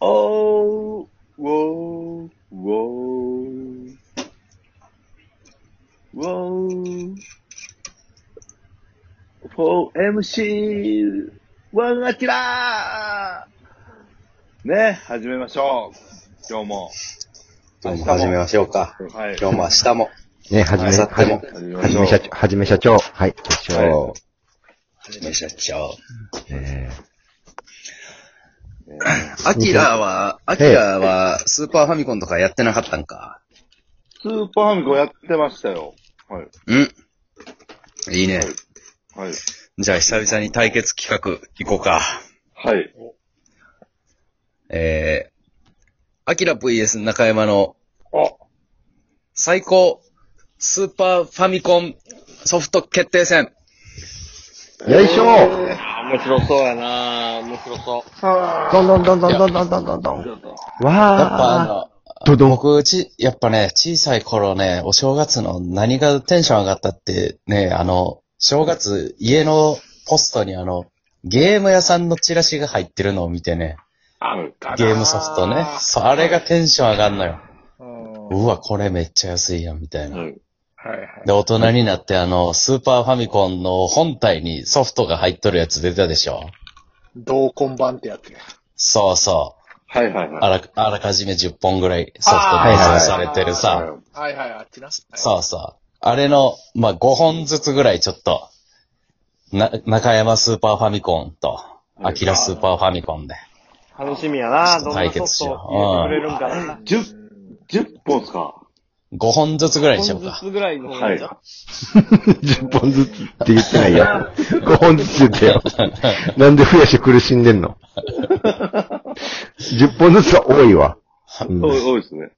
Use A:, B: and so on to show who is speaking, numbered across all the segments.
A: おー、ウォー、ウォー。ウォー。4MC、ワンアキラーね、始めましょう。今日も。
B: どうも始めましょうか。
A: はい。
B: 今日も明日も。
C: ね、はじめ、
B: 明後
C: は
B: 日も
C: じ
A: 始め
C: め、
A: ま
C: は
A: し
C: じ
A: ょう
C: め社長、はじめ社長。はい、社長。
B: はじめしゃっちゃおう。
C: え
B: アキラは、アキラはスーパーファミコンとかやってなかったんか。
A: スーパーファミコンやってましたよ。はい。
B: うん。いいね。
A: はい。
B: じゃあ久々に対決企画行こうか。
A: はい。
B: えー、アキラ VS 中山の
A: あ、
B: 最高スーパーファミコンソフト決定戦。
C: ーよいしょ
D: 面白そうやな面白そう。
C: どんどんどんどんどんどんどんどんどん。
B: やっぱあ
C: わー。
B: の、
C: どどん。
B: 僕、ち、やっぱね、小さい頃ね、お正月の何がテンション上がったって、ね、あの、正月、家のポストにあの、ゲーム屋さんのチラシが入ってるのを見てね、ゲームソフトね、そあれがテンション上がんのよ。うわ、これめっちゃ安いやん、みたいな。
A: はい
B: で、大人になってあの、スーパーファミコンの本体にソフトが入っとるやつ出たでしょ
D: 同梱版ってやつや。
B: そうそう。
A: はいはいはい。
B: あら、あらかじめ10本ぐらいソフト
D: あ
C: ー
B: 配送されてるさ。
A: はい
D: はいはい、あっちな。
B: そうそう。あれの、まあ、5本ずつぐらいちょっと、な、中山スーパーファミコンと、アキラスーパーファミコンで。
E: 楽しみやな。どん
B: 対
E: なソ
B: 決
E: フ
B: し
E: ト
B: よう
E: を入れてくれるんかな。
A: 十、十本っすか
B: 5本ずつぐらいにしよ
E: 1
B: う
E: ず
B: か。
E: つぐらいの方がいいじゃん。
C: 10本ずつって言ってないよ。5本ずつ言ってよ。なんで増やして苦しんでんの ?10 本ずつは多いわ。うん
A: 多い、多いですね。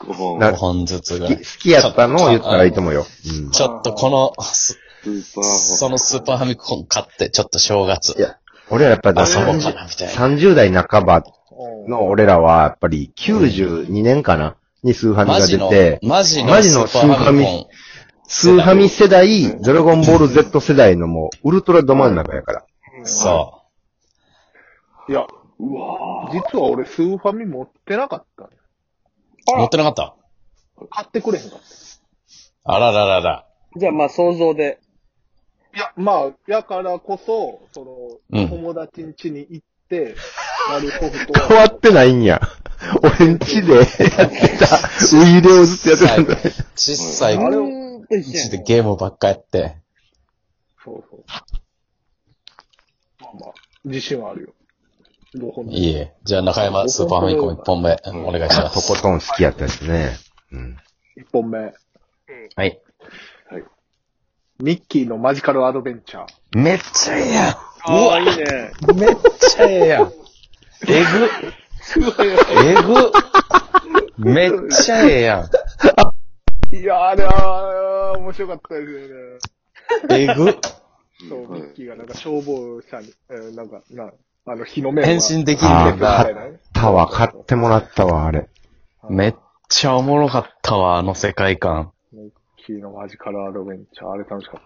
A: 5本。
C: な
B: 5本ずつぐら
C: 好
B: い。
C: き好きやったのを言ったらいいと思うよ。うん
B: ちょっとこの、す
A: スーパーフ
B: そのスーパーファミコン買って、ちょっと正月、
C: いや俺らやっぱだ
B: 遊ぼうか
C: 30
B: な、みたいな。
C: 30代半ばの俺らは、やっぱり92年かなにスーファミ
B: マ
C: が
B: ジ
C: 出
B: の
C: て、、
B: マジの
C: マジ
B: スー
C: の
B: パーファミコン。
C: スーファミ世代、ドラゴンボール Z 世代のもう、ウルトラど真ん中やから。
B: そ
D: いや、
A: ァうわ
D: 実は俺スーファミ持ってなかった。
B: う。持ってなかった
D: 買ってくれへんかっ
B: あららら ら。
E: じゃあまあ想像で。
D: た。いや、まあ、やからこそ、そ
B: う
D: の、
B: ん
D: 友達ん家に行 って、なるソフト
C: 変わってないんや。 俺ん家でやってた、ウィーレをずっとやってたんだね。
B: 小さい、
D: あれを、
E: と一
B: ち
E: 緒
B: で
E: や
B: ゲームばっかやって。
D: そうそう。まあまあ、自信はあるよ。どこの。
B: いいえ。じゃあ中山スーパーファミコン1本目、お願いしま
C: と
B: す。
C: ことん好きやったですね。うん。
D: 一本目。
B: はい。
D: ミッキーのマジカルアドベンチャー。
B: めっちゃええやん。
E: ああ、いいね。
B: めっちゃええやん。えぐ。えぐ。めっちゃええやん。
D: いや、あれは、面白かったですよね。
B: えぐ。
D: そう、
A: はい
D: ミッキーがなんか消防車に、えーなんか、な、あの、火の目
B: 変身できんね
C: ああ、
B: ん
D: あ
B: な
C: 買
D: れ
C: っ
D: ね
C: たわ、買ってもらったわ、あれ。
B: めっちゃおもろかったわ、あの世界観。
D: ミッキーのマジカルアドベンチャー、あれ楽しかっ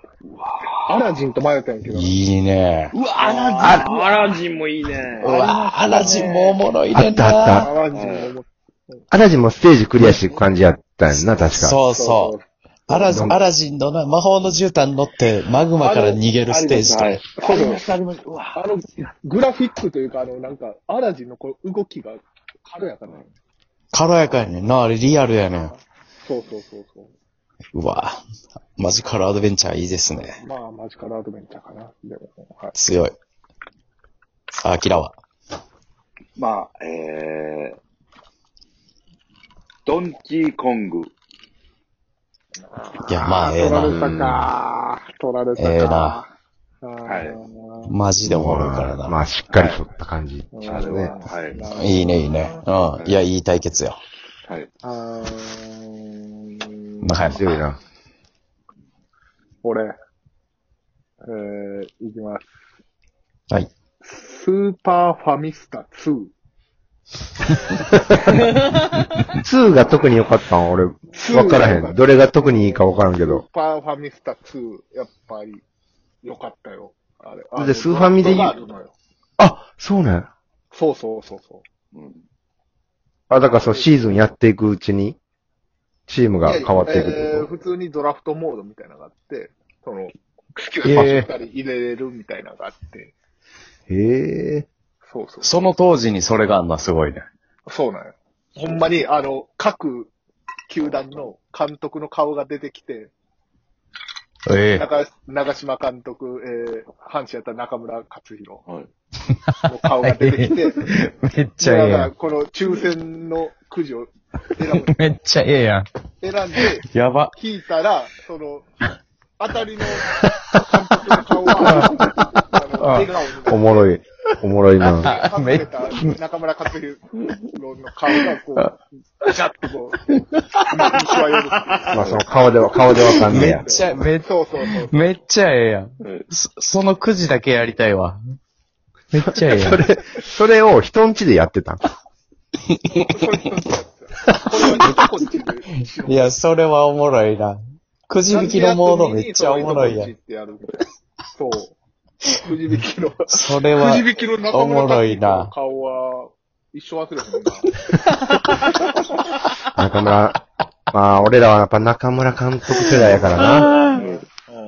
D: た。アラジンと迷ったんやけど、
B: いいね。
E: うわ、アラジン。アラジンもいいね
B: う。わ、アラジンもおもろい
C: あ
B: ね
C: っ
B: ん
C: たあった
D: ア。ラジンも思っ
C: アラジンもステージクリアしていく感じやったんやな、確か。
B: そう
D: た。
B: そう。
D: う。
B: アラジン、アラジンのな、魔法の絨毯乗って、マグマから逃げるステージと
A: は
B: か
A: い。
D: そうそうあの、グラフィックというか、あの、なんか、アラジンのこう動きが軽やかな。
B: 軽やかやねんな、あれリアルやねん。
D: そうそうそうそう。
B: うわ、マジカルアドベンチャーいいですね。
D: まあ、マジカルアドベンチャーかな。でも、はい。
B: 強い。さあ、アキラは。
A: まあ、えー、ドンキーコング。
B: いや、まあ、ええ
D: 取
B: な。
D: られたか。取られたか。
B: ええな
D: はい
B: マジでおもろいからな。
C: まあ、しっかり取った感じし
A: あ
C: ます
A: れ
C: ね
A: は、。はい。
B: いいね、いいね。うん。いや、いい対決よ。
A: はい。
D: あー
B: 中
C: 面白い
B: 山。
C: な。
D: 俺、えー、いきます。
B: はい。
D: スーパーファミスタ2。
C: 2が特に良かったん俺、わからへん。どれが特にいいかわからんけ
D: ス
C: ど。
D: ーパーファミスタ2、やっぱり、よかったよ。あれ。
C: スーファミで言う
D: 言う。
C: あ、そうね。
D: そうそうそうそう。
A: うん。
C: あ、だからそう、シーズンやっていくうちに、チームが変わっていくって
D: えー
C: こ
D: 普通にドラフトモードみたいなのがあって、その、9
C: えー
D: しっかり入れれるみたいなのがあって、
C: と。へえ。
D: そうそう。
B: その当時にそれがあんのはすごいね。
D: そうなんよ。ほんまに、あの、各球団の監督の顔が出てきて、
B: ええ
D: 長長島監督、えー、阪神やったら中村克弘
A: はい。
D: の顔が出てきて、
B: めっちゃええ
D: だ
B: や
D: から
B: ん。
D: この抽選のくじを選ぶ
B: めっちゃええやん。
D: 選んで、
B: やば。
D: 引いたら、その、当たりの監督の顔 は、あの、笑顔になって
C: おもろい。おもろい な。
D: 隠れた中村克弘の顔が、 こう、ガッとこう、 西は夜
C: まあその顔では、顔でわかんねえ
B: め
C: や
B: っ。ちゃ、めっ
D: そうそうそう。
B: めっちゃええやん。
A: はい
B: そそのくじだけやりたいわ。めっちゃええやん。
C: それを人んちでやってたん
D: これはニコッチでしろ
B: いや、それはおもろいな。くじ引きのモードめっちゃおもろいや
D: ニ
B: ん。
D: コッチってやるみたいなそう。くじ引きの、く
B: それは
D: じ、引きの中村克弘の顔は、一生忘れへんな。
C: 中村、まあ俺らはやっぱ中村監督世代やからな。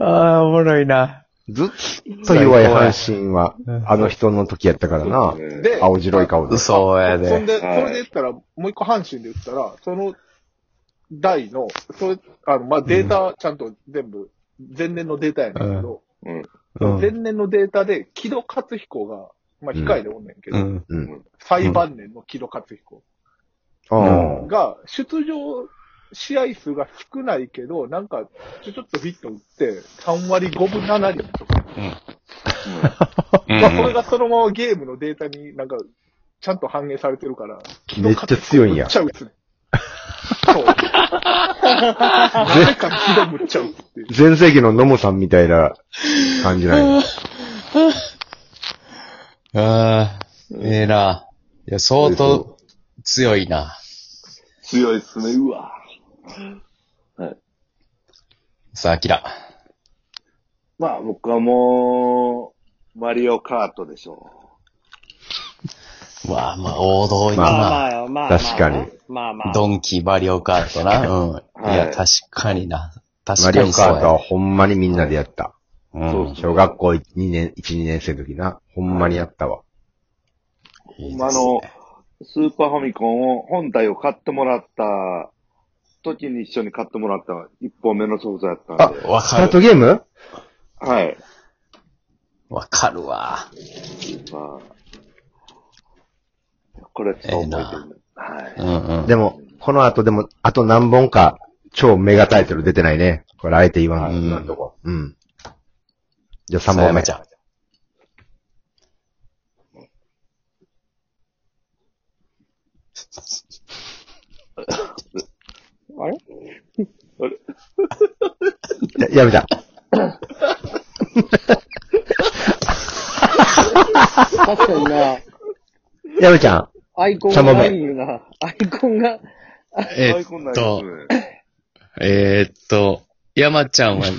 B: ああ、おもろいな。
C: ずっと弱い阪神は、あの人の時やったからな
A: そう。ですね
D: で、
C: 青白 い顔で。
B: 嘘や
D: そん
B: で。
D: で、それで言ったら、もう一個阪神で言ったら、その台の、それ、あの、まあ、データ、ちゃんと全部、前年のデータやねんけど、
B: う
D: 前
B: ん。
D: 年のデータで、木戸勝彦が、まあ、控えでおんねんけど、
B: うん。
C: うん。
D: 最晩年の木戸勝彦
C: うん。
D: が、出場試合数が少ないけど、なんか、ちょっとヒット打って、3割5分7厘とか。まあ、それがそのままゲームのデータになんか、ちゃんと反映されてるから、
C: めっちゃ強いんや
D: むっちゃ打つね。そう。誰か木戸むっちゃ打つっていう。
C: 前世紀のノムさんみたいな感じなんや。
B: ああ、ええな。いや、相当強いな。
A: 強いっすね、うわ。
B: さあ、キラ。
A: まあ僕はもう、マリオカートでしょ
B: わあ、まあ、王道や
E: ま
B: な。
E: あまあまあ。
C: 確かに。
E: まあまあ。
B: ドンキー、マリオカートな。うん。いや、
A: はい
B: 確かにな。確
C: マリ
B: か
C: オ
B: にそう
C: カート
B: や
C: は。ほんまにみんなでやった。
B: う
A: そ
B: ん
A: う。
C: 小学校1、2年、1、2年生の時な。ほんまにやったわ。
A: う。
B: いい
A: まあ
B: で
A: あ
B: すね
A: の、スーパーファミコンを、本体を買ってもらった時に一緒に買ってもらった一本目のソフトやったんで。
B: わ
C: ス
B: か
C: タート
B: る。
C: ゲーム
A: はい。
B: わかるわ。
A: まあ、これちょっと覚えてるね。はい。
B: うんうん。
C: でも、この後でも、あと何本か、超メガタイトル出てないね。これあえて言わん。
B: うん
C: 今んとこ。うん。じゃあ3
B: さや
C: 本目
B: まち。ゃん。
C: や やめた。
E: 確かにな。
C: やめちゃん。
E: アイコン
C: さ
E: が
C: んまめ
E: ないよな。アイコンが。
B: え
A: アイ
B: っ
A: コンない
B: と、
A: ですね。
B: えーっと、山ちゃ んは、ん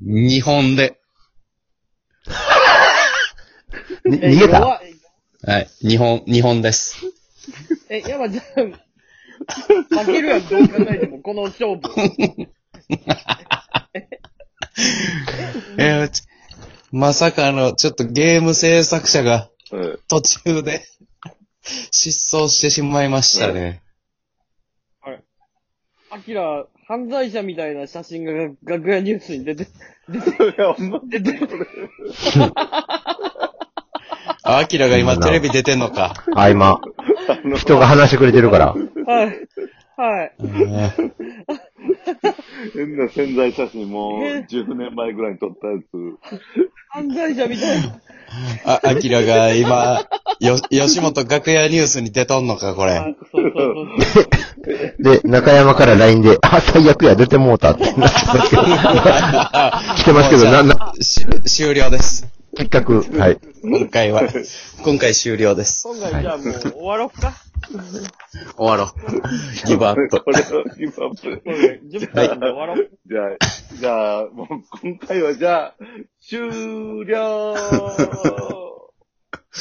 B: 日本で、
C: に逃げた
E: 弱い
B: はい、日本、日本です。
E: え、山ちゃん、負けるやん、どう考えても、この勝負。
B: えーちまさかの、ちょっとゲーム制作者が
A: うん
B: 途中で失踪してしまいましたね。
E: アキラ、犯罪者みたいな写真が楽屋ニュースに出て、出て、出て、
B: あ、アキラが今
C: そうだ
B: テレビ出てんのか。
C: あ、今。人が話してくれてるから。
E: はい。はい。
B: うん
A: 変な潜在写真も10年前ぐらいに撮ったやつ。
E: 犯罪者みたいな。
B: あ、アキラが今、よ、吉本楽屋ニュースに出とんのか、こ
E: あ
B: れ。
E: そうそうそう。
C: で、中山から LINE で、あ、最悪や、出てもうたってなってますけど。来てますけど、な、な、
B: し終了です。
C: 結局、はい。
B: 今回は、今回終了です。
E: 今回じゃあもう終わろうか。
B: 終わろう。 ギブアップ。
A: これをギブアップ。
E: そうね10分なんで終わろう。
A: じゃあ、 じゃあ、もう今回はじゃあ、終了